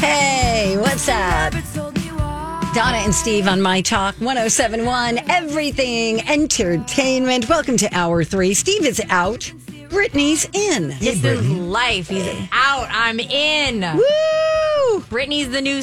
Hey, what's up? Donna and Steve on My Talk 1071, everything entertainment. Welcome to hour three. Steve is out, Brittany's in. This is life. He's out. I'm in. Woo! Brittany's the new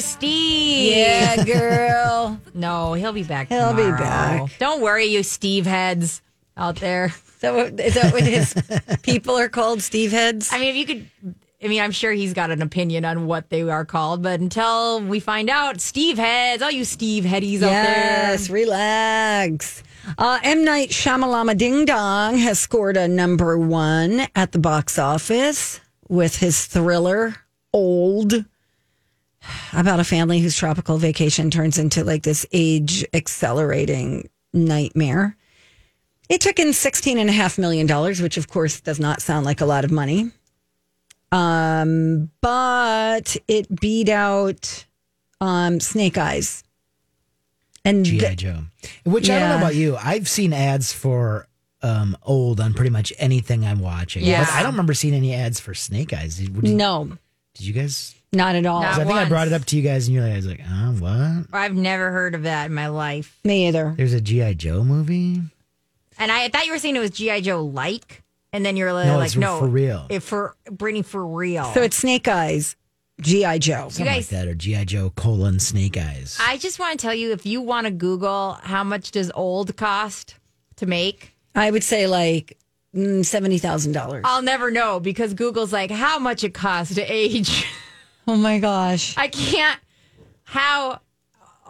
Steve. Yeah, girl. No, he'll be back. He'll be tomorrow. back. Don't worry, you Steve heads out there. Is that what- is that what his people are called? Steve heads? I mean, if you could, I mean, I'm sure he's got an opinion on what they are called, but until we find out, Steve heads, all you Steve headies Yes, relax. Uh, M. Night Shyamalama Ding Dong has scored a number one at the box office with his thriller Old, about a family whose tropical vacation turns into like this age accelerating nightmare. It took in $16.5 million, which of course does not sound like a lot of money. Um, but it beat out um, Snake Eyes. And th- GI Joe. Which I don't Yeah. know about you. I've seen ads for um, old on pretty much anything I'm watching. Yeah. But I don't remember seeing any ads for Snake Eyes. Did, did- no, did you guys? Not at all. 'cause Not I think I brought it once. up to you guys, and you're like, I was like, uh, what? there. I've never heard of that in my life. Me either. There's a GI Joe movie. And I thought you were saying it was G.I. Joe like, and then you're like, No, like, it's no, for real. If for Brittany for real. So it's Snake Eyes, G.I. Joe. you Something guys- like that, or GI Joe colon Snake Eyes. I just want to tell you if you want to Google how much does old cost to make, I would say like mm, $70,000. I'll never know because Google's like how much it costs to age. Oh my gosh. I can't. How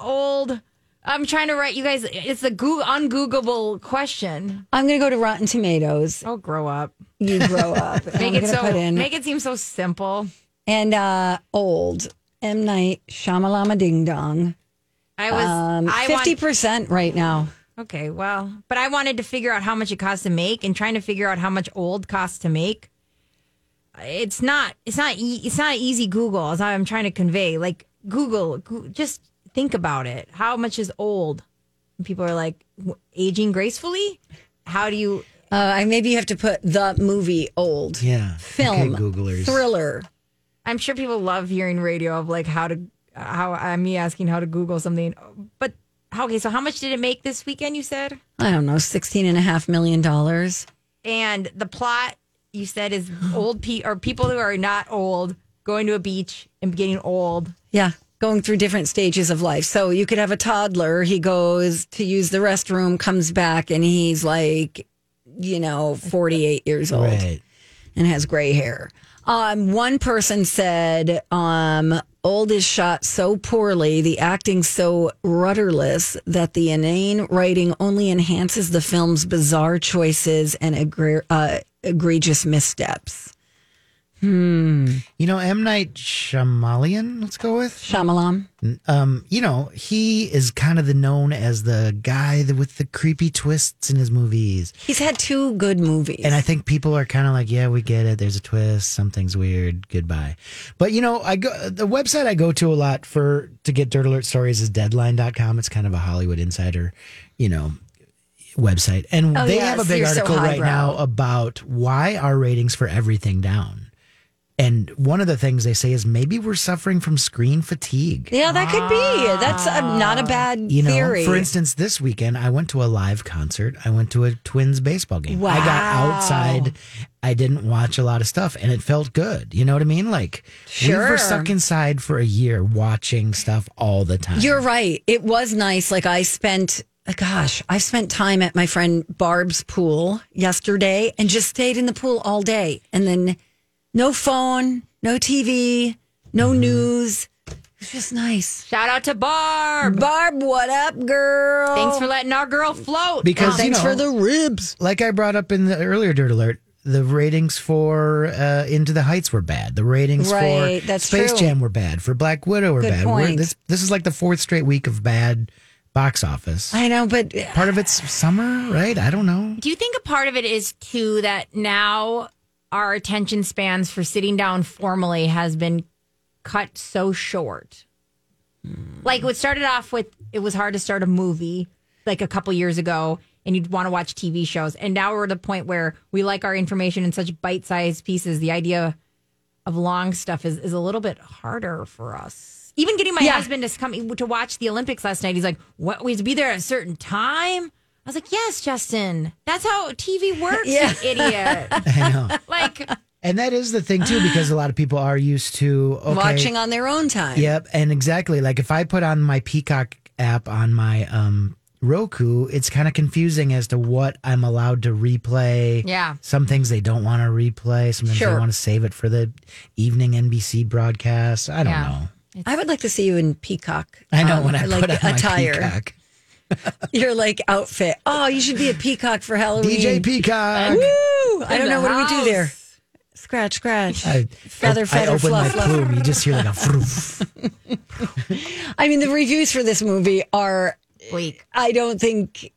old? I'm trying to write you guys. It's a Goo- ungoogleable question. I'm going to go to Rotten Tomatoes. Oh, grow up. You grow up. And Make I'm it gonna so. put in. Make it seem so simple. and uh, old. M. Night, Shyamalama Ding Dong. I was. Um, I want- 50% right now. Okay, well, but I wanted to figure out how much it costs to make, and trying to figure out how much old costs to make. It's not. It's not. E- it's not easy. Google is how I'm trying to convey. Like Google, Goo- just think about it. How much is old? And people are like w- aging gracefully. How do you? Uh, I- maybe you have to put the movie Old. yeah. Film. Okay, Googlers. Thriller. I'm sure people love hearing radio of like how to how uh, me asking how to Google something. But okay, so how much did it make this weekend? You said, I don't know, $16.5 million. and the plot you said is old pe or people who are not old going to a beach and getting old. Yeah, going through different stages of life. So you could have a toddler, he goes to use the restroom, comes back, and he's like, you know, 48 years old Right. and has gray hair. Um, one person said, um, Old is shot so poorly, the acting so rudderless that the inane writing only enhances the film's bizarre choices and egre- uh, egregious missteps. You know, M. Night Shyamalan, let's go with. Shyamalan. Um, you know, he is kind of the known as the guy that, with the creepy twists in his movies. He's had two good movies. And I think people are kind of like, yeah, we get it. There's a twist. Something's weird. Goodbye. But you know, I go the website I go to a lot for to get dirt alert stories is deadline.com. It's kind of a Hollywood insider, you know, website. And Oh, they yeah, have a so big you're so article right highbrow. now about why are ratings for everything down? And one of the things they say is maybe we're suffering from screen fatigue. Yeah, that could be. That's a, not a bad Ah. You know, theory. for instance, this weekend I went to a live concert. I went to a Twins baseball game. I got Wow. outside. I didn't watch a lot of stuff, and it felt good. You know what I mean? Like we Sure. were stuck inside for a year watching stuff all the time. You're right. It was nice. Like I spent, gosh, I spent time at my friend Barb's pool yesterday and just stayed in the pool all day. And then no phone, no TV, no Mm-hmm. news. It was just nice. Shout out to Barb. Barb, what up, girl? Thanks for letting our girl float. Um, because you Thanks know, for the ribs. like I brought up in the earlier Dirt Alert, the ratings for uh, Into the Heights were bad. The ratings Right, for that's Space true. Jam were bad. For Black Widow were Good bad. point. this this is like the fourth straight week of bad box office. I know, but uh, Part of it's summer, right? I don't know. Do you think a part of it is too that now our attention spans for sitting down formally has been cut so short? Like what started off with it was hard to start a movie like a couple years ago and you'd want to watch TV shows and now we're at a point where we like our information in such bite-sized pieces the idea of long stuff is, is a little bit harder for us. Even getting my Yeah. husband to come to watch the Olympics last night, he's like, "What? We have to be there at a certain time." I was like, "Yes, Justin, that's how TV works, Yeah. you idiot." I know. like, And that is the thing too, because a lot of people are used to okay, watching on their own time. Yep, and exactly. Like if I put on my Peacock app on my um Roku, it's kind of confusing as to what I'm allowed to replay. Yeah. Some things they don't want to replay. Sometimes Sure. they want to save it for the evening NBC broadcast. I don't Yeah. know. I would like to see you in peacock. I know um, when I like put on attire, my Peacock. your like outfit. Oh, you should be a peacock for Halloween. DJ Peacock. Woo! I In don't the know what do we do there. house. Scratch, scratch. I, Feather, I feather, open my fluff, fluff. plume. You just hear like a froof. I mean, the reviews for this movie are, week. I don't think,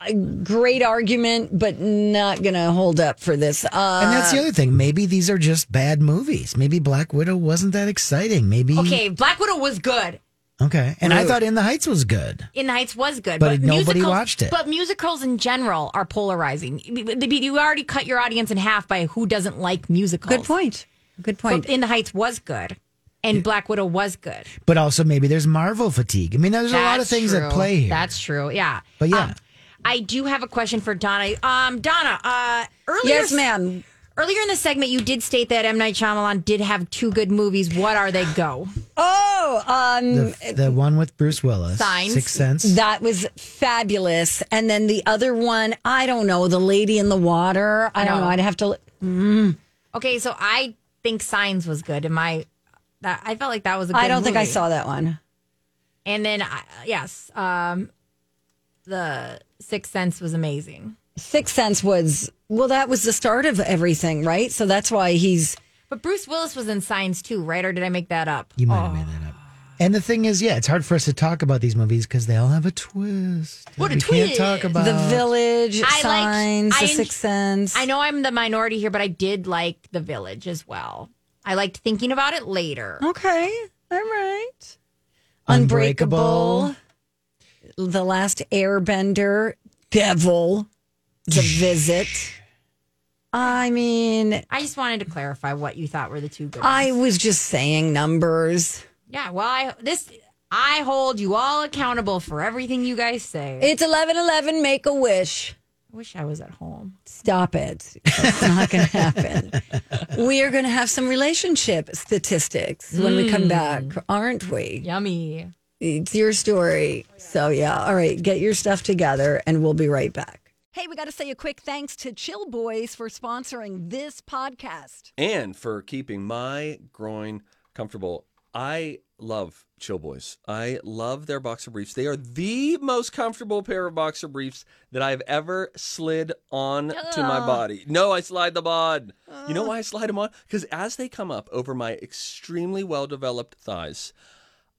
a great argument, but not going to hold up for this. Uh, And that's the other thing. Maybe these are just bad movies. Maybe Black Widow wasn't that exciting. Maybe Okay, Black Widow was good. Okay. And I thought In the Heights was good. In the Heights was good, But nobody watched it. But musicals in general are polarizing. You already cut your audience in half by who doesn't like musicals. good point. Good But point. In the Heights was good, and Black Widow was good. But also maybe there's Marvel fatigue. I mean, there's a lot of That's things true. at play here. That's true. Yeah. But yeah. Um, I do have a question for Donna. Um, Donna, uh, earlier, yes, ma'am. Earlier in the segment, you did state that M Night Shyamalan did have two good movies. What are they? Go. Oh, um, the, the one with Bruce Willis. Signs. Sixth Sense. that was fabulous. And then the other one, I don't know, The Lady in the Water. I don't No. know. I'd have to. Okay, so I think Signs was good. Am I? That I felt like that was. a good I don't think I movie. saw that one. And then I, uh, yes, um, the Sixth Sense was amazing. Sixth Sense was, well, that was the start of everything, right? So that's why he's. But Bruce Willis was in Signs too, right? Or did I make that up? You might have made that up. And the thing is, yeah, it's hard for us to talk about these movies because they all have a twist. What that a we twist. can't talk about. The Village, I liked- Signs, I The en- Sixth Sense. I know I'm the minority here, but I did like The Village as well. I liked thinking about it later. Okay. All right. Unbreakable. Unbreakable. The Last Airbender. Devil. The Visit. I mean, I just wanted to clarify what you thought were the two good. I ones. was just saying numbers. yeah. Well, I this I hold you all accountable for everything you guys say. It's 1111. Make a wish. I wish I was at home. Stop it. It's not going to happen. We are going to have some relationship statistics when we Hmm. come back, aren't we? Yummy. It's your story. So, yeah. All right. Get your stuff together and we'll be right back. Hey, we got to say a quick thanks to Chill Boys for sponsoring this podcast. and for keeping my groin comfortable. I love Chill Boys. I love their boxer briefs. They are the most comfortable pair of boxer briefs that I've ever slid on to my body. No, I slide them on. You know why I slide them on? Because as they come up over my extremely well developed thighs,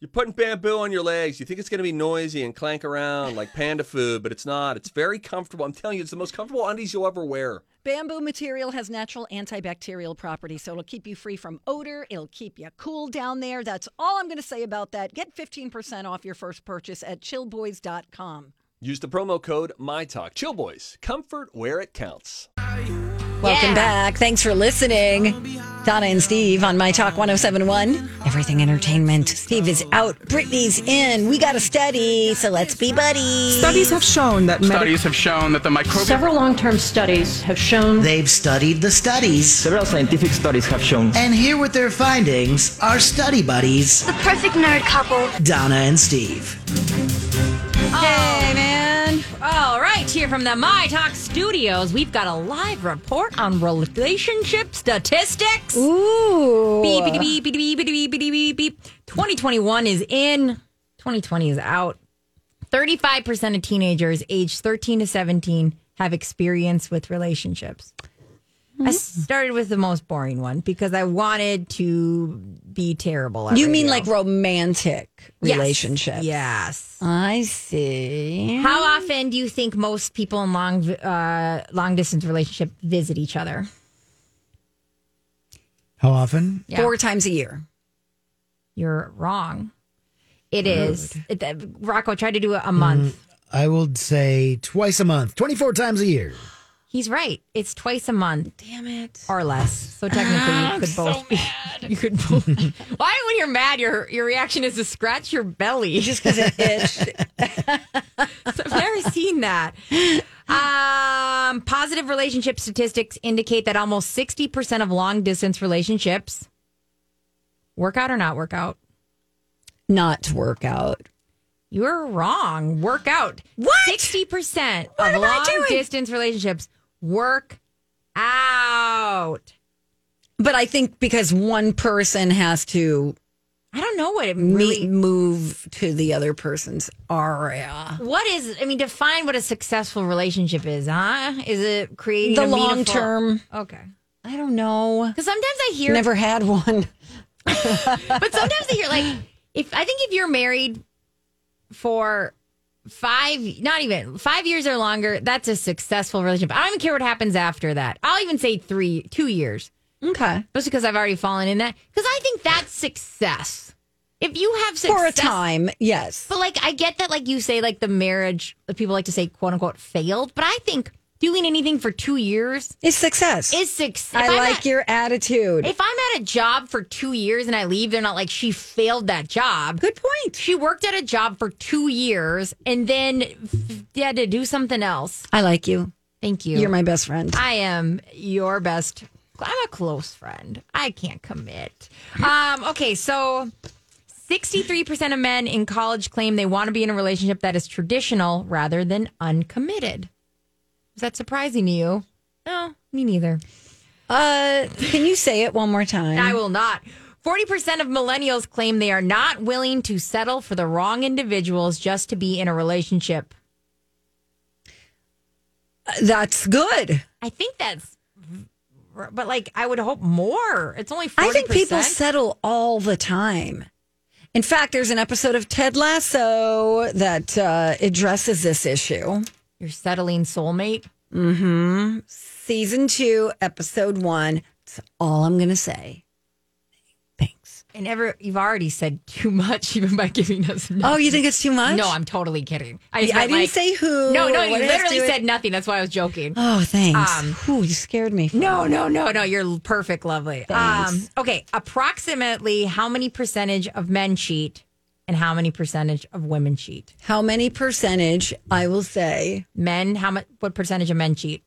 You're putting bamboo on your legs. You think it's going to be noisy and clank around like panda food, but it's not. It's very comfortable. I'm telling you, it's the most comfortable undies you'll ever wear. Bamboo material has natural antibacterial properties, so it'll keep you free from odor. It'll keep you cool down there. That's all I'm going to say about that. Get 15% off your first purchase at chillboys.com. Use the promo code MyTalk. Chill Boys, comfort where it counts. Welcome Yeah. back. Thanks for listening. Donna and Steve on My Talk 1071, Everything Entertainment. Steve is out, Brittany's in. We got to study, so let's be buddies. Studies have shown that medic- Studies have shown that the microbial Several long term studies have shown They've studied the studies. Several scientific studies have shown And here with their findings are study buddies, the perfect nerd couple. Donna and Steve. Hey, man. All right, here from the My Talk Studios, we've got a live report on relationship statistics. Ooh. Beep, beep, beep, beep, beep, beep, beep, beep, beep, beep. 2021 is in, 2020 is out. 35% of teenagers aged 13 to 17 have experience with relationships. Hmm. I started with the most boring one because I wanted to be terrible. at You mean radio. like romantic Yes. relationships? Yes. I see. How often do you think most people in long uh, long distance relationship visit each other? How often? Yeah. Four times a year. You're wrong. It is. It, uh, Rocco tried to do it a month. I would say twice a month, 24 times a year. He's right. It's twice a month Damn it. Ah, or less. So technically, you could both. you could both. Why, when you're mad, your your reaction is to scratch your belly? Just because it itched. I've never seen that. Um, positive relationship statistics indicate that almost 60% of long distance relationships work out or not work out. Not to work out. You're wrong. Work out. What? 60% What of am I long doing? distance relationships work out. But I think because one person has to I don't know what it meet, really move to the other person's area. What is I mean define what a successful relationship is, huh? Is it creating The a meaningful- long term. Okay. I don't know. Cuz sometimes I hear Never had one. but sometimes I hear like if I think if you're married for five, not even five years or longer, that's a successful relationship. I don't even care what happens after that. I'll even say three, two years, Okay. just because I've already fallen in that. Because I think that's success. If you have success For a time, yes. but like I get that, like you say, like the marriage, people like to say, quote unquote, failed. But I think doing anything for two years It's success. is success. I If I'm like at- your attitude. If I'm at a job for two years and I leave, they're not like she failed that job. Good point. She worked at a job for two years and then f- had to do something else. I like you. Thank you. You're my best friend. I am your best. I'm a close friend. I can't commit. Um, okay, so 63% of men in college claim they want to be in a relationship that is traditional rather than uncommitted. Is that surprising to you? No, me neither. Uh, can you say it one more time? I will not. 40% of millennials claim they are not willing to settle for the wrong individuals just to be in a relationship. Uh, That's good. I think that's, but like, I would hope more. It's only 40%. I think people settle all the time. In fact, there's an episode of Ted Lasso that uh, addresses this issue. You're settling soulmate. Season two, episode one. That's all I'm going to say. Thanks. And ever you've already said too much even by giving us. Oh, you think it's too much? No, I'm totally kidding. I, I just meant, didn't like- say who. No, no, or you what it has to literally do with- said nothing. That's why I was joking. Oh, thanks. Um, Whew, you scared me. No, no, no, no. You're perfect, lovely. Um, okay, approximately how many percentage of men cheat and how many percentage of women cheat? How many percentage? I will say Men, how much? What percentage of men cheat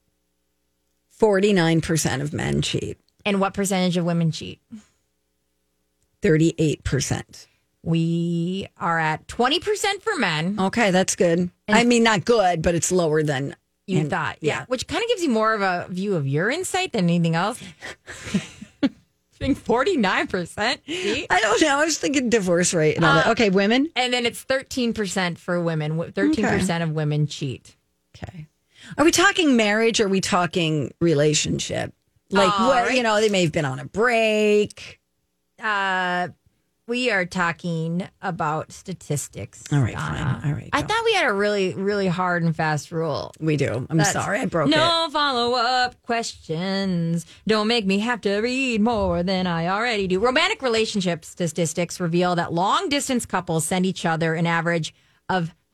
49% of men cheat, and what percentage of women cheat? 38%. We are at twenty percent for men. Okay, that's good. I mean, not good, but it's lower than You thought, yeah. Which kind of gives you more of a view of your insight than anything else. I think forty nine percent, I don't know. I was thinking divorce rate and all Uh, that. Okay, women. and then it's thirteen percent for women. Thirteen percent of women cheat. Okay. Are we talking marriage? Or are we talking relationship? Like, what, you know, they may have been on a break. Uh, we are talking about statistics. All right, fine. All right. Uh, I go. thought we had a really, really hard and fast rule. we do. I'm That's- sorry. I broke it. no follow up questions. Don't make me have to read more than I already do. Romantic relationship statistics reveal that long distance couples send each other an average of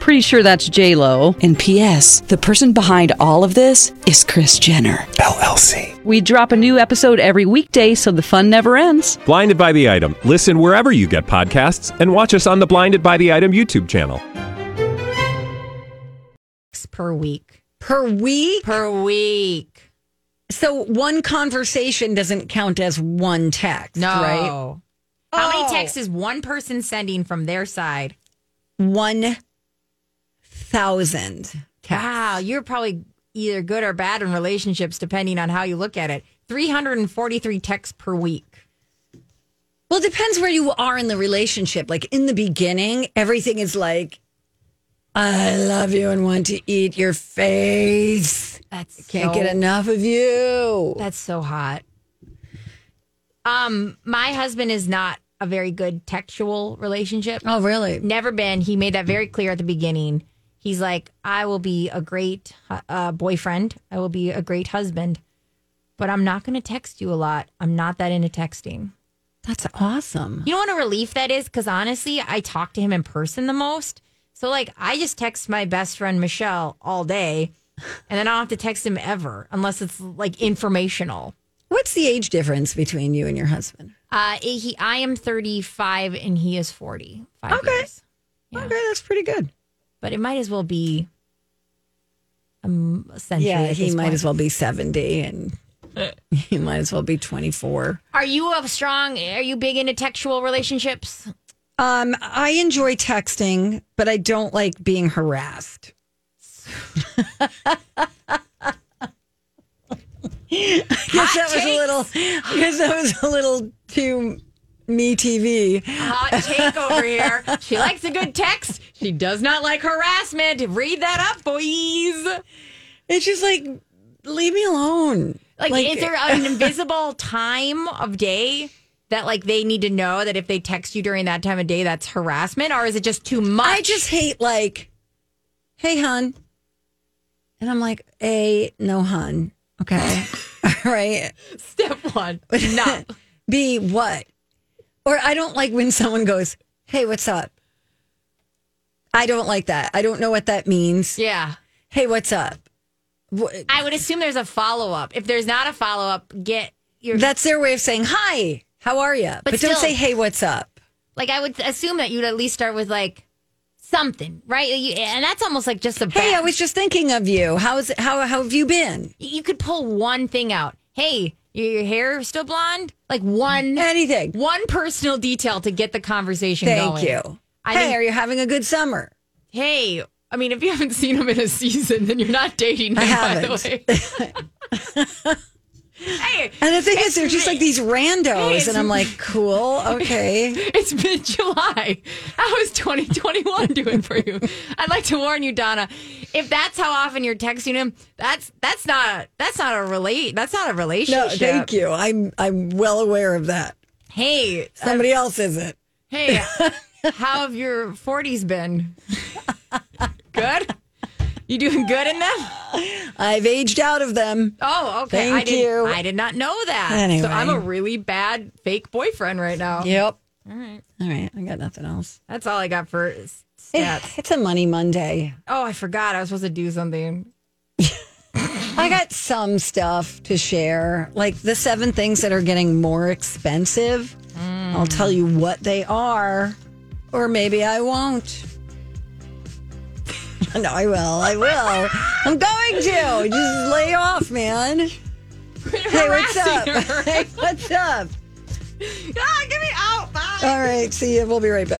Pretty sure that's J Lo. And P.S. The person behind all of this is Chris Jenner LLC. We drop a new episode every weekday, so the fun never ends. Blinded by the item. Listen wherever you get podcasts, and watch us on the Blinded by the Item YouTube channel. per week. Per week? Per week. So one conversation doesn't count as one text, right? No. How Oh. many texts is one person sending from their side? 1,000 texts. Wow, you're probably either good or bad in relationships, depending on how you look at it. 343 texts per week. Well, it depends where you are in the relationship. Like in the beginning, everything is like, I love you and want to eat your face. That's Can't so- get enough of you. That's so hot. Um, my husband is not a very good textual relationship. oh, really? Never been. He made that very clear at the beginning. He's like, I will be a great uh, uh, boyfriend. I will be a great husband, but I'm not going to text you a lot. I'm not that into texting. That's awesome. You know what a relief that is? Because honestly, I talk to him in person the most. So, like, I just text my best friend Michelle all day, and then I don't have to text him ever unless it's like informational. What's the age difference between you and your husband? Uh, he, I am 35 and he is 40. Five Okay. years. Yeah. Okay, that's pretty good. But it might as well be um, a century. Yeah, at he this might point. as well be 70 and he might as well be 24. Are you a strong? Are you big into textual relationships? Um, I enjoy texting, but I don't like being harassed. I guess that was a little. I guess that was a little too me TV. Hot take over here. She likes a good text. She does not like harassment. Read that up, boys. It's just like leave me alone. Like, is there an invisible time of day that like they need to know that if they text you during that time of day, that's harassment, or is it just too much? I just hate like, hey, hun, and I'm like, a no, hun. Okay, all right. step one. No. B, what? Or I don't like when someone goes, hey, what's up? I don't like that. I don't know what that means. yeah. Hey, what's up? Wh- I would assume there's a follow up. If there's not a follow up, get your That's their way of saying, hi, how are you? But, don't still- say, hey, what's up? like. I would assume that you'd at least start with like something, right? You- And that's almost like just a Hey, I bad- was just thinking of you. How's how how have you been? you could pull one thing out. Hey, your hair still blonde? Like one Anything. one personal detail to get the conversation Thank going. you. I hey, think- are you having a good summer? Hey, I mean, if you haven't seen him in a season, then you're not dating him. I By haven't. the way. hey, And the thing is, it's they're just mi- like these randos, it's- and I'm like, cool, okay. It's mid July. How is 2021 doing for you? I'd like to warn you, Donna. If that's how often you're texting him, that's that's not that's not a relate. That's not a No, relationship. thank you. I'm I'm well aware of that. Hey, Somebody else isn't. Hey, how have your 40s been? good? You doing good in them? I've aged out of them. Oh, okay. I Thank did, you. I did not know that. Anyway. So I'm a really bad fake boyfriend right now. Yep. All right. All right. I got nothing else. That's all I got for s- stats. It's a money Monday. oh, I forgot I was supposed to do something. I got some stuff to share, like the seven things that are getting more expensive. I'll Mm. tell you what they are, or maybe I won't. no, I will. I will. I'm going to. Just lay off, man. Hey, what's up? Harassing Hey, what's up? Ah, get me out. Bye. All right. See you. We'll be right back.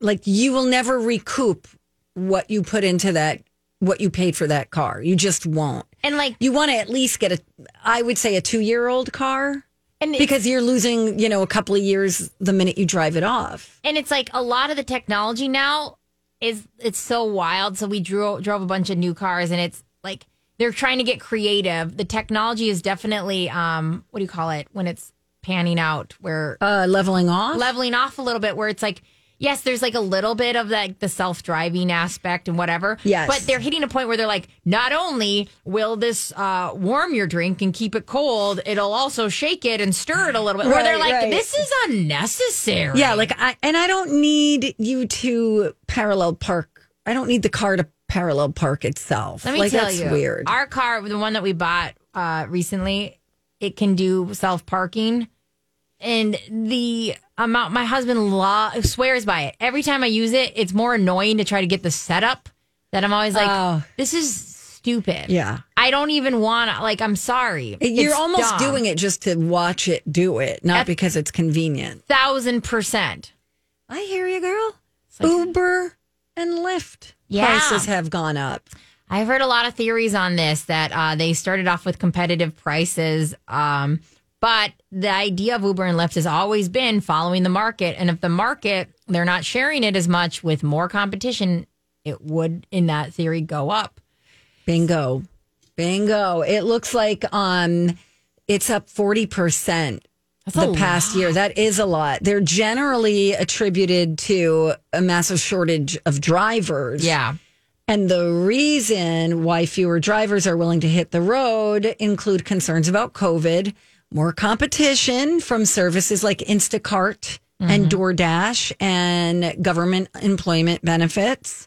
like you will never recoup what you put into that what you paid for that car you just won't and like you want to at least get a i would say a two year old car And it's- because you're losing you know a couple of years the minute you drive it off And it's like a lot of the technology now is it's so wild. So we drew, drove a bunch of new cars, and it's like they're trying to get creative. The technology is definitely um, what do you call it when it's panning out, where uh leveling off leveling off a little bit, where it's like. Yes, there's like a little bit of like the self driving aspect and whatever. Yes. But they're hitting a point where they're like, not only will this uh, warm your drink and keep it cold, it'll also shake it and stir it a little bit. where they're Right, like, right. this is unnecessary. Yeah, like I and I don't need you to parallel park. I don't need the car to parallel park itself. Let me like tell that's you, weird. Our car, the one that we bought uh, recently, it can do self parking, and the amount my husband lo- swears by it. Every time I use it, it's more annoying to try to get the setup that I'm always like, Oh. this is stupid. Yeah. I don't even want to. Like, I'm sorry. You're almost doing it just to watch it do it, not At- because it's convenient. thousand percent. I hear you, girl. like- Uber and Lyft Yeah. prices have gone up. I've heard a lot of theories on this that uh, they started off with competitive prices. Um, but the idea of Uber and Lyft has always been following the market. And if the market, they're not sharing it as much with more competition, it would, in that theory, go up. Bingo. Bingo. It looks like um it's up 40% a the past year. That is a lot. They're generally attributed to a massive shortage of drivers. Yeah. And the reason why fewer drivers are willing to hit the road include concerns about COVID, more competition from services like Instacart and DoorDash and government employment benefits.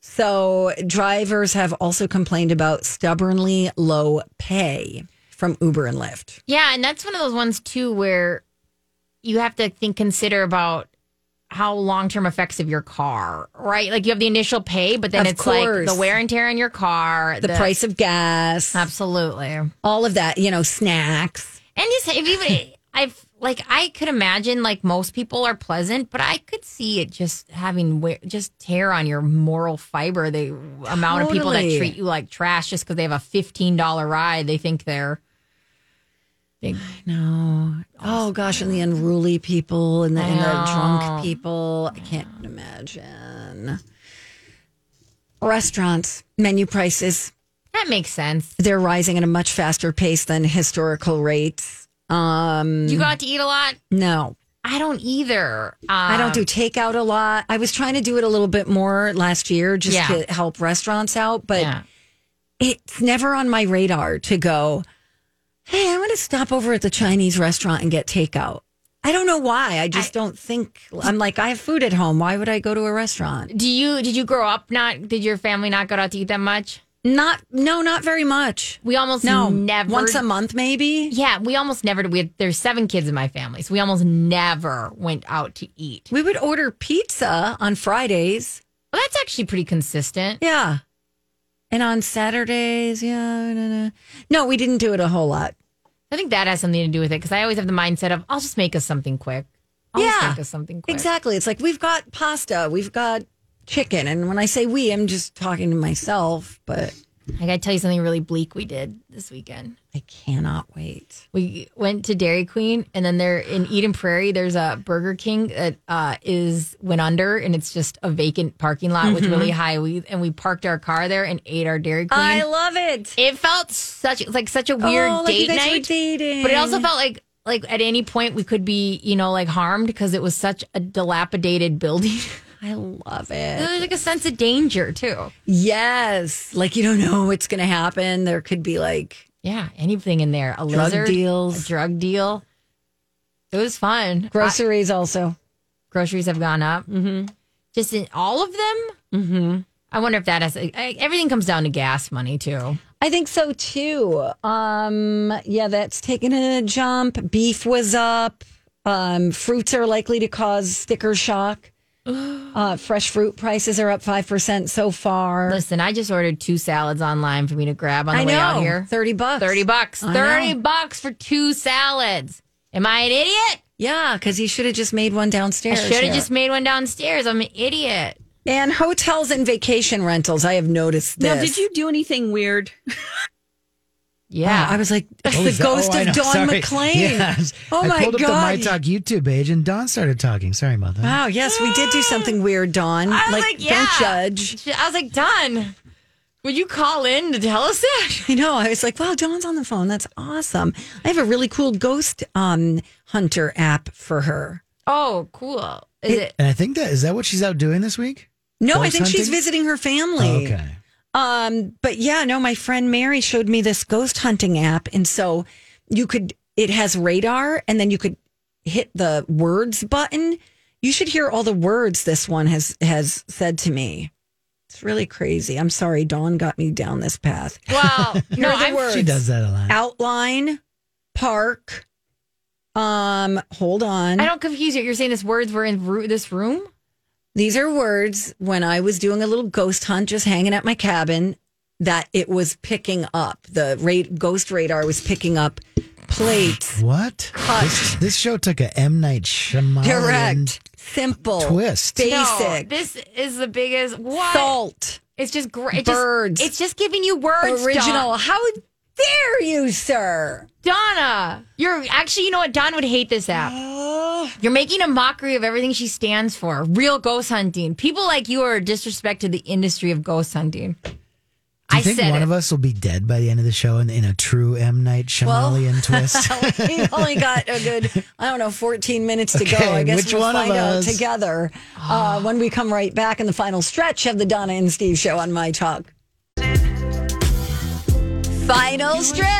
So, drivers have also complained about stubbornly low pay from Uber and Lyft. Yeah. And that's one of those ones, too, where you have to think, consider about how long term effects of your car, right? Like you have the initial pay, but then Of it's like course. the wear and tear on your car, The, price of gas, Absolutely. all of that, you know, snacks. And just if even I've like I could imagine like most people are pleasant, but I could see it just having wear, just tear on your moral fiber. The amount of people that Totally. treat you like trash just because they have a fifteen dollar ride, they think they're. They, No. Oh gosh, and the unruly people and the, and the know. drunk people. I can't imagine. Restaurants, menu prices, that makes sense. they're rising at a much faster pace than historical rates. Um You go out to eat a lot. no. I don't either. Um, I don't do takeout a lot. I was trying to do it a little bit more last year just Yeah. to help restaurants out, but Yeah. it's never on my radar to go, hey, I'm going to stop over at the Chinese restaurant and get takeout. I don't know why. I just don't think. I'm like, I have food at home. Why would I go to a restaurant? Do you? Did you grow up not? Did your family not go out to eat that much? Not, no, not very much. We almost No, never Once a month, maybe. Yeah, we almost never. We had, there's seven kids in my family, so we almost never went out to eat. We would order pizza on Fridays. Well, that's actually pretty consistent. Yeah. And on Saturdays, yeah. No, no. no we didn't do it a whole lot. I think that has something to do with it because I always have the mindset of I'll just make us something quick. I'll just Yeah, make us something quick. Exactly. It's like we've got pasta, we've got chicken. And when I say we, I'm just talking to myself, but I gotta tell you something really bleak we did this weekend. I cannot wait. We went to Dairy Queen, and then there in Eden Prairie, there's a Burger King that uh, is went under, and it's just a vacant parking lot with really high. We and we parked our car there and ate our Dairy Queen. Mm-hmm. I love it. it felt such like such a weird Oh, like you date guys were night. dating. But it also felt like like at any point we could be, you know, like harmed because it was such a dilapidated building. I love there it. was like a sense of danger too. Yes. Like you don't know what's going to happen. There could be like, Yeah, anything in there. A Drug lizard, deals. a drug deal. It was fun. Groceries also. Groceries have gone up. Mm-hmm. Just in all of them. Mm-hmm. I wonder if that has I- everything comes down to gas money too. I think so too. Um, yeah, that's taken a jump. Beef was up. Um, fruits are likely to cause sticker shock. Uh, fresh fruit prices are up five percent so far. Listen, I just ordered two salads online for me to grab on the I way know. out here. Thirty bucks. Thirty bucks. I know. Thirty bucks for two salads. Am I an idiot? Yeah, because he should have just made one I downstairs. should here. have just made one downstairs. I'm an idiot. And hotels and vacation rentals, I have noticed this. Now, did you do anything weird? Yeah. I was like, it's Oh, the is that- ghost oh, I of know. Dawn Sorry. McClain. Yes. Oh I my pulled up god! the My Talk YouTube page and Dawn started talking. Sorry about that. Wow, yes, we did do Ah. something weird, Dawn. I was like, yeah. don't judge. I was like, done. Would you call in to tell us that? I know. I was like, wow, Dawn's on the phone. That's awesome. I have a really cool ghost um, hunter app for her. Oh, cool. Is it? And I think that is that what she's out doing this week? No, I Ghost think she's hunting? visiting her family. Oh, okay. Um, but yeah, no, my friend Mary showed me this ghost hunting app, and so you could it has radar, and then you could hit the words button. You should hear all the words this one has has said to me. It's really crazy. I'm sorry, Dawn got me down this path. Well, no, Here are the I'm words. She does that a lot. Outline, park. Um, hold on. I don't confuse you. You're saying this words were in ru- this room? These are words when I was doing a little ghost hunt, just hanging at my cabin, that it was picking up. The ra- ghost radar was picking up plates. What? This, this show took a M Night Shyamalan. Direct, simple, Twist. basic, No, this is the biggest. What? salt. It's just great. Birds. it's just giving you words. original. Don. How dare you, sir? Donna, you're actually. You know what? Don would hate this app. You're making a mockery of everything she stands for. Real ghost hunting. People like you are a disrespect to the industry of ghost hunting. Do you I think said one it. of us will be dead by the end of the show in, in a true M Night Shyamalan twist? we only got a good, I don't know, 14 minutes to go. Okay, I guess which we'll one of find out us? together uh, when we come right back in the final stretch of the Donna and Steve show on My Talk. Final stretch.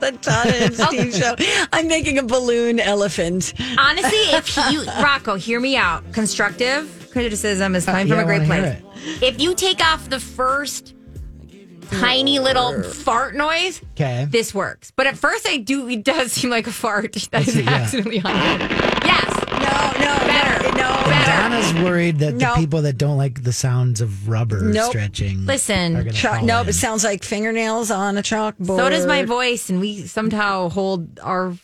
the Donna and Steve show. I'm making a balloon elephant. Honestly, if you Rocco, hear me out. Constructive criticism is coming Uh, yeah, from I a great wanna place. hear If you take off the first tiny little fart noise, Okay. this works. But at first, I do. It does seem like a fart. That is it, yeah. accidentally on. Yes. No, no, Better. no, no. Better. Donna's worried that No. the people that don't like the sounds of rubber Nope. stretching. Listen, are gonna Chalk- fall no, in. it sounds like fingernails on a chalkboard. So does my voice, and we somehow hold our.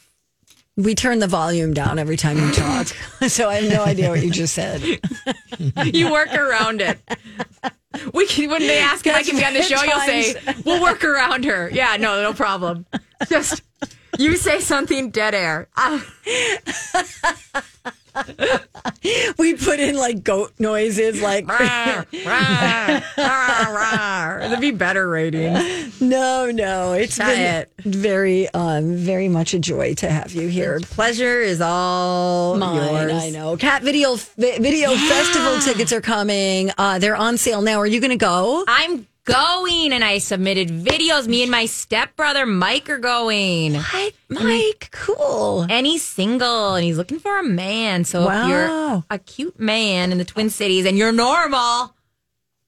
We turn the volume down every time you talk. so I have no idea what you just said. You work around it. We can when they ask if I can be on the show, you'll say we'll work around her. Yeah, no, no problem. Just you say something dead air. Ah. We put in like goat noises, like Rawr, rawr, rawr, rawr. It'd be better rating. no, no. It's Not been it. very, um, very much a joy to have you here. Pleasure is all Mine, I know. Cat video vi- video festival tickets are coming. Uh, they're on sale now. Are you going to go? I'm going, and I submitted videos. Me and my stepbrother Mike are going. Hi, Mike. Cool. And he's single, and he's looking for a man. So if you're Wow. a cute man in the Twin Cities, and you're normal,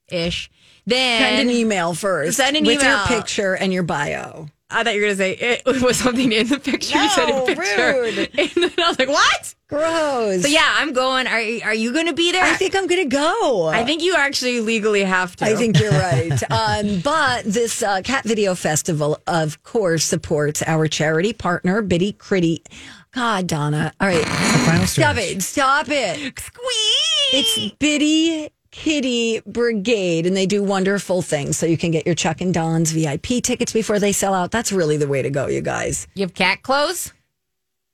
ish, then Send an email first. Send an with email. your picture and your bio. I thought you were gonna say it was something in the picture. you said No, a picture, rude. and then I was like, "What?" Gross. So yeah, I'm going. Are are you gonna be there? I think I'm going to go. I think you actually legally have to. I think you're right. um, but this uh, Cat Video Festival, of course, supports our charity partner, Biddy Critty. God, Donna. All right. Final Stop stretch. it. Stop it. Squee! It's Biddy Kitty Brigade, and they do wonderful things. So you can get your Chuck and Don's VIP tickets before they sell out. That's really the way to go, you guys. You have cat clothes.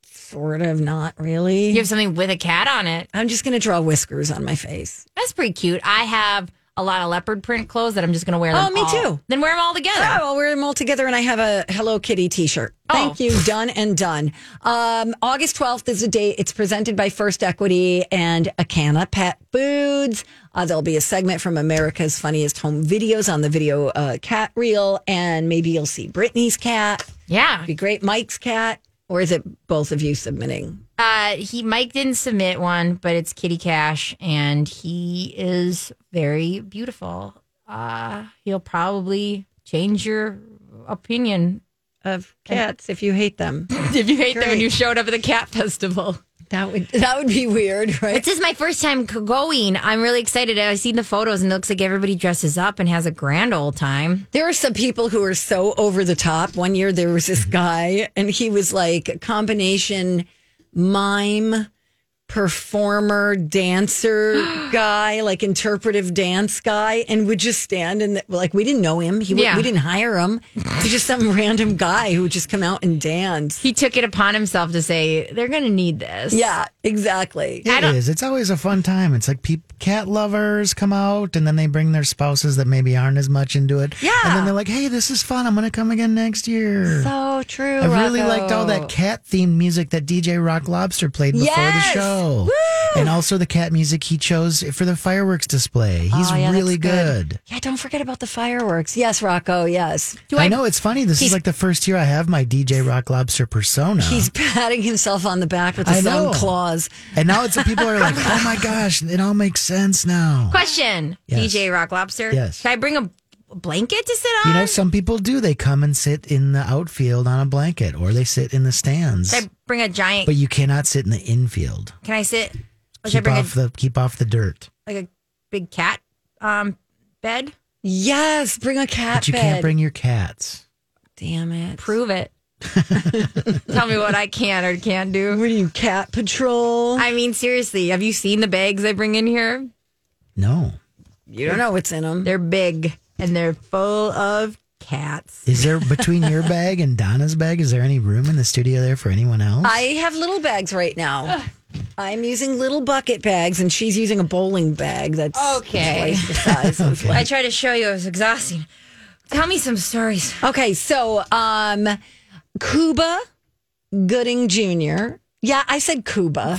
Sort of, not really. You have something with a cat on it. I'm just going to draw whiskers on my face. That's pretty cute. I have a lot of leopard print clothes that I'm just going to wear. Oh, them me all. too. Then wear them all together. Oh, well, we're them all together, and I have a Hello Kitty T-shirt. Thank you, done and done. Um, August twelfth is a date. It's presented by First Equity and Acana Pet Foods. Uh, there'll be a segment from America's Funniest Home Videos on the video uh, cat reel, and maybe you'll see Brittany's cat. Yeah, be great. Mike's cat, or is it both of you submitting? Uh, he Mike didn't submit one, but it's Kitty Cash, and he is very beautiful. Uh, he'll probably change your opinion of cats if you hate them. if you hate them Great. and you showed up at the cat festival. That would that would be weird, right? This is my first time c- going. I'm really excited. I've seen the photos, and it looks like everybody dresses up and has a grand old time. There are some people who are so over the top. One year there was this guy, and he was like a combination mime, performer, dancer guy, like interpretive dance guy, and would just stand and like we didn't know him. He wa- Yeah. we didn't hire him. He's just some random guy who would just come out and dance. He took it upon himself to say, "They're going to need this." Yeah, exactly. I It don't- is. It's always a fun time. It's like peop cat lovers come out and then they bring their spouses that maybe aren't as much into it. Yeah. And then they're like, hey, this is fun. I'm going to come again next year. So Oh, true. I really liked all Rocco. that cat themed music that DJ Rock Lobster played before Yes! the show. And also the cat music he chose for the fireworks display. He's Oh, yeah, that's really good. Yeah, don't forget about the fireworks. Yes, Rocco. Yes. I, know it's funny. This is like the first year I have my DJ Rock Lobster persona. He's patting himself on the back with I his own know. claws. and now it's people are like, oh my gosh, it all makes sense now. Question, Yes. DJ Rock Lobster. Yes. Should I bring a blanket to sit on? You know, some people do. They come and sit in the outfield on a blanket or they sit in the stands. Should I bring a giant? But you cannot sit in the infield. Can I sit? Or should I Keep bring a, off the keep off the dirt. like a big cat um, bed? Yes, bring a cat But you bed. can't bring your cats. Damn it. Prove it. Tell me what I can or can't do. What are you, cat patrol? I I mean, seriously, have you seen the bags I bring in here? No. you don't know what's in them. They're big and they're full of cats. Is there between your bag and Donna's bag, is there any room in the studio there for anyone else? I have little bags right now. I'm using little bucket bags, and she's using a bowling bag that's Okay. twice the size of I tried to show you it was exhausting. Tell me some stories. Okay, so um Cuba Gooding Jr. Yeah, I said Cuba.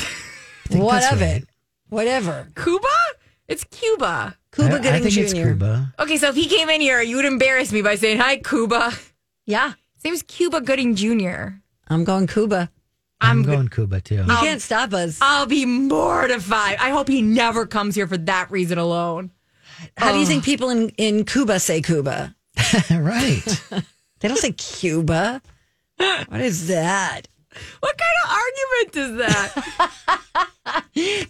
think what that's of right. it? Whatever. Cuba? It's Cuba. Cuba I, I Gooding think Jr. it's Cuba. Okay, so if he came in here, you would embarrass me by saying, Hi, Cuba. Yeah, His name's Cuba Gooding Jr. I'm going Cuba. I'm, going Cuba too. You can't stop us. I'll be mortified. I hope he never comes here for that reason alone. How uh, do you think people in, in Cuba say Cuba? right. They don't say Cuba. What is that? What kind of argument is that?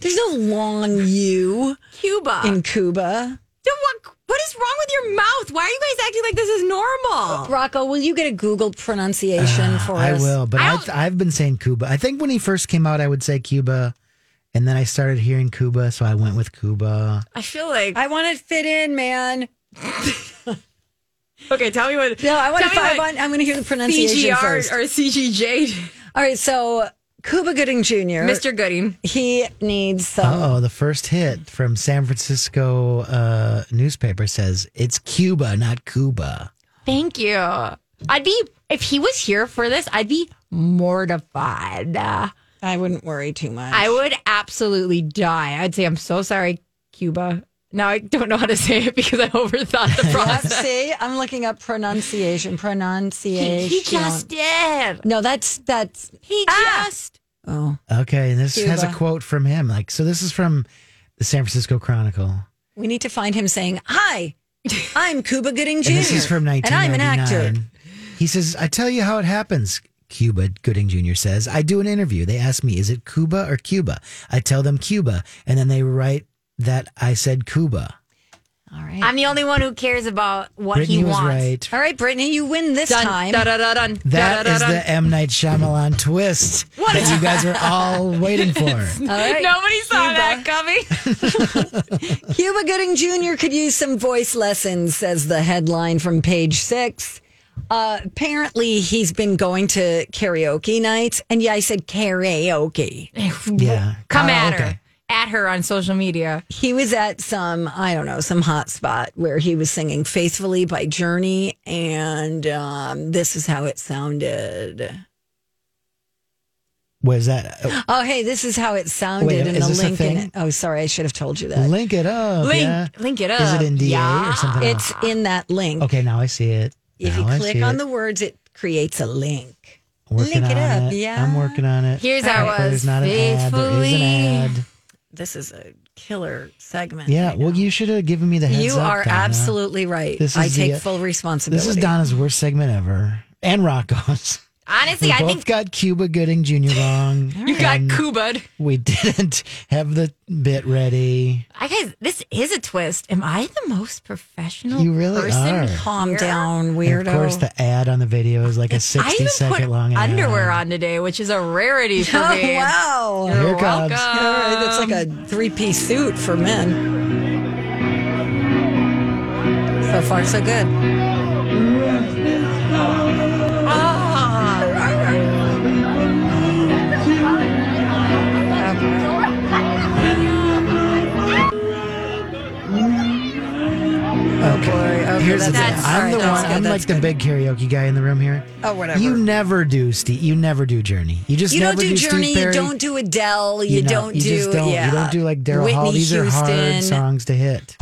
There's no long U Cuba. in Cuba. Dude, what, what is wrong with your mouth? Why are you guys acting like this is normal? Rocco, will you get a Google pronunciation for Uh, I us? will, but I I don't- have I've been saying Cuba. I think when he first came out, I would say Cuba, and then I started hearing Cuba, so I went with Cuba. I feel like. I want to fit in, man. okay, tell me what. No, I want to tell me five what on. I'm going to hear the pronunciation CGR first. or CGJ. All right, so Cuba Gooding Jr. Mr. Gooding. He needs some. Oh, the first hit from San Francisco uh, newspaper says it's Cuba, not Cuba. Thank you. I'd be, if he was here for this, I'd be mortified. Uh, I wouldn't worry too much. I would absolutely die. I'd say, I'm so sorry, Cuba. Now I don't know how to say it because I overthought the Yep, process. Uh, see, I'm looking up pronunciation. Pronunciation. he, he just did. No, that's that's. He Ah! just. Oh, Okay, and this has a Cuba. quote from him. Like, so this is from the San Francisco Chronicle. we need to find him saying, "Hi, I'm Cuba Gooding Jr. And this is from and I'm an 1999. actor." He says, "I tell you how it happens." Cuba Gooding Jr. says, "I do an interview. They ask me, is it Cuba or Cuba? I tell them Cuba, and then they write that I said Cuba." All right. I'm the only one who cares about what Brittany he was wants. right. All right, Brittany, you win this Dun, time. dun, dun, dun, dun, That dun, is dun, the M Night Shyamalan twist that you guys were all waiting for. All right. Nobody saw Cuba. that coming. Cuba Gooding Jr. could use some voice lessons, says the headline from page six. Uh, apparently, he's been going to karaoke nights. And yeah, I said karaoke. Yeah. Come Oh, at her. okay. at her on social media. He was at some, I don't know, some hot spot where he was singing Faithfully by Journey, and um, this is how it sounded. Was that oh, Oh, hey, this is how it sounded Wait, in is the this a link. In thing? it. Oh, sorry, I should have told you that. link it up? Uh, Link- yeah. link it Is up, it in DA yeah. or something? It's else? in that link. Ah. okay. Now I see it. If you Now I see click on it. the words, it creates a link. Working link it on up, yeah. I'm working on it. Here's how it Right, there's was. not an ad. There is an ad. This is a killer segment. Yeah. Well, you should have given me the heads You up, are Donna. absolutely right. This I is the, take uh, full responsibility. This is Donna's worst segment ever, and Rocco's. Honestly, We I both think got Cuba Gooding Jr. wrong. you got and Kuba'd. We didn't have the bit ready. I guess this is a twist. Am I the most professional? You really person are. Calm here? down, And weirdo. Of course, the ad on the video is like a I even put sixty-second long ad. underwear on today, which is a rarity for Oh, me. wow. Um, You're Here it comes. welcome. All right, that's like a three piece suit for men. So far, so good. Okay. okay, Here's the thing. that's- I'm all the right, that's one. good, I'm that's like the big karaoke guy in the room here. Oh, whatever. You never do, Steve. You never do Journey. You just You never don't do Steve Journey. You Perry. don't do Adele. You, You know, don't you do. just don't. Yeah. You don't do like Daryl Whitney Hall. These are Houston. hard songs to hit.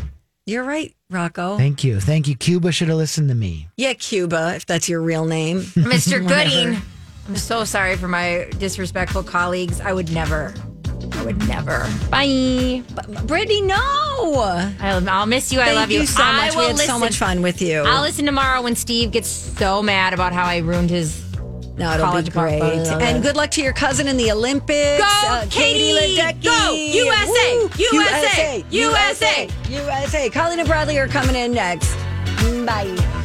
You're right, Rocco. Thank you, thank you. Cuba should have listened to me. yeah, Cuba, if that's your real name. Mr. Whatever. Gooding. I'm so sorry for my disrespectful colleagues. I would never. I would never. Bye. Brittany, no. I'll, I'll miss you. I Thank love you. so I much. will we had listen. so much fun with you. I'll listen tomorrow when Steve gets so mad about how I ruined his no, it'll be college great. portfolio. And good luck to your cousin in the Olympics. uh, Go, Katie Katie! Ledecky. Go, USA, Woo. USA, USA. USA. USA. Colleen and Bradley are coming in next. Bye.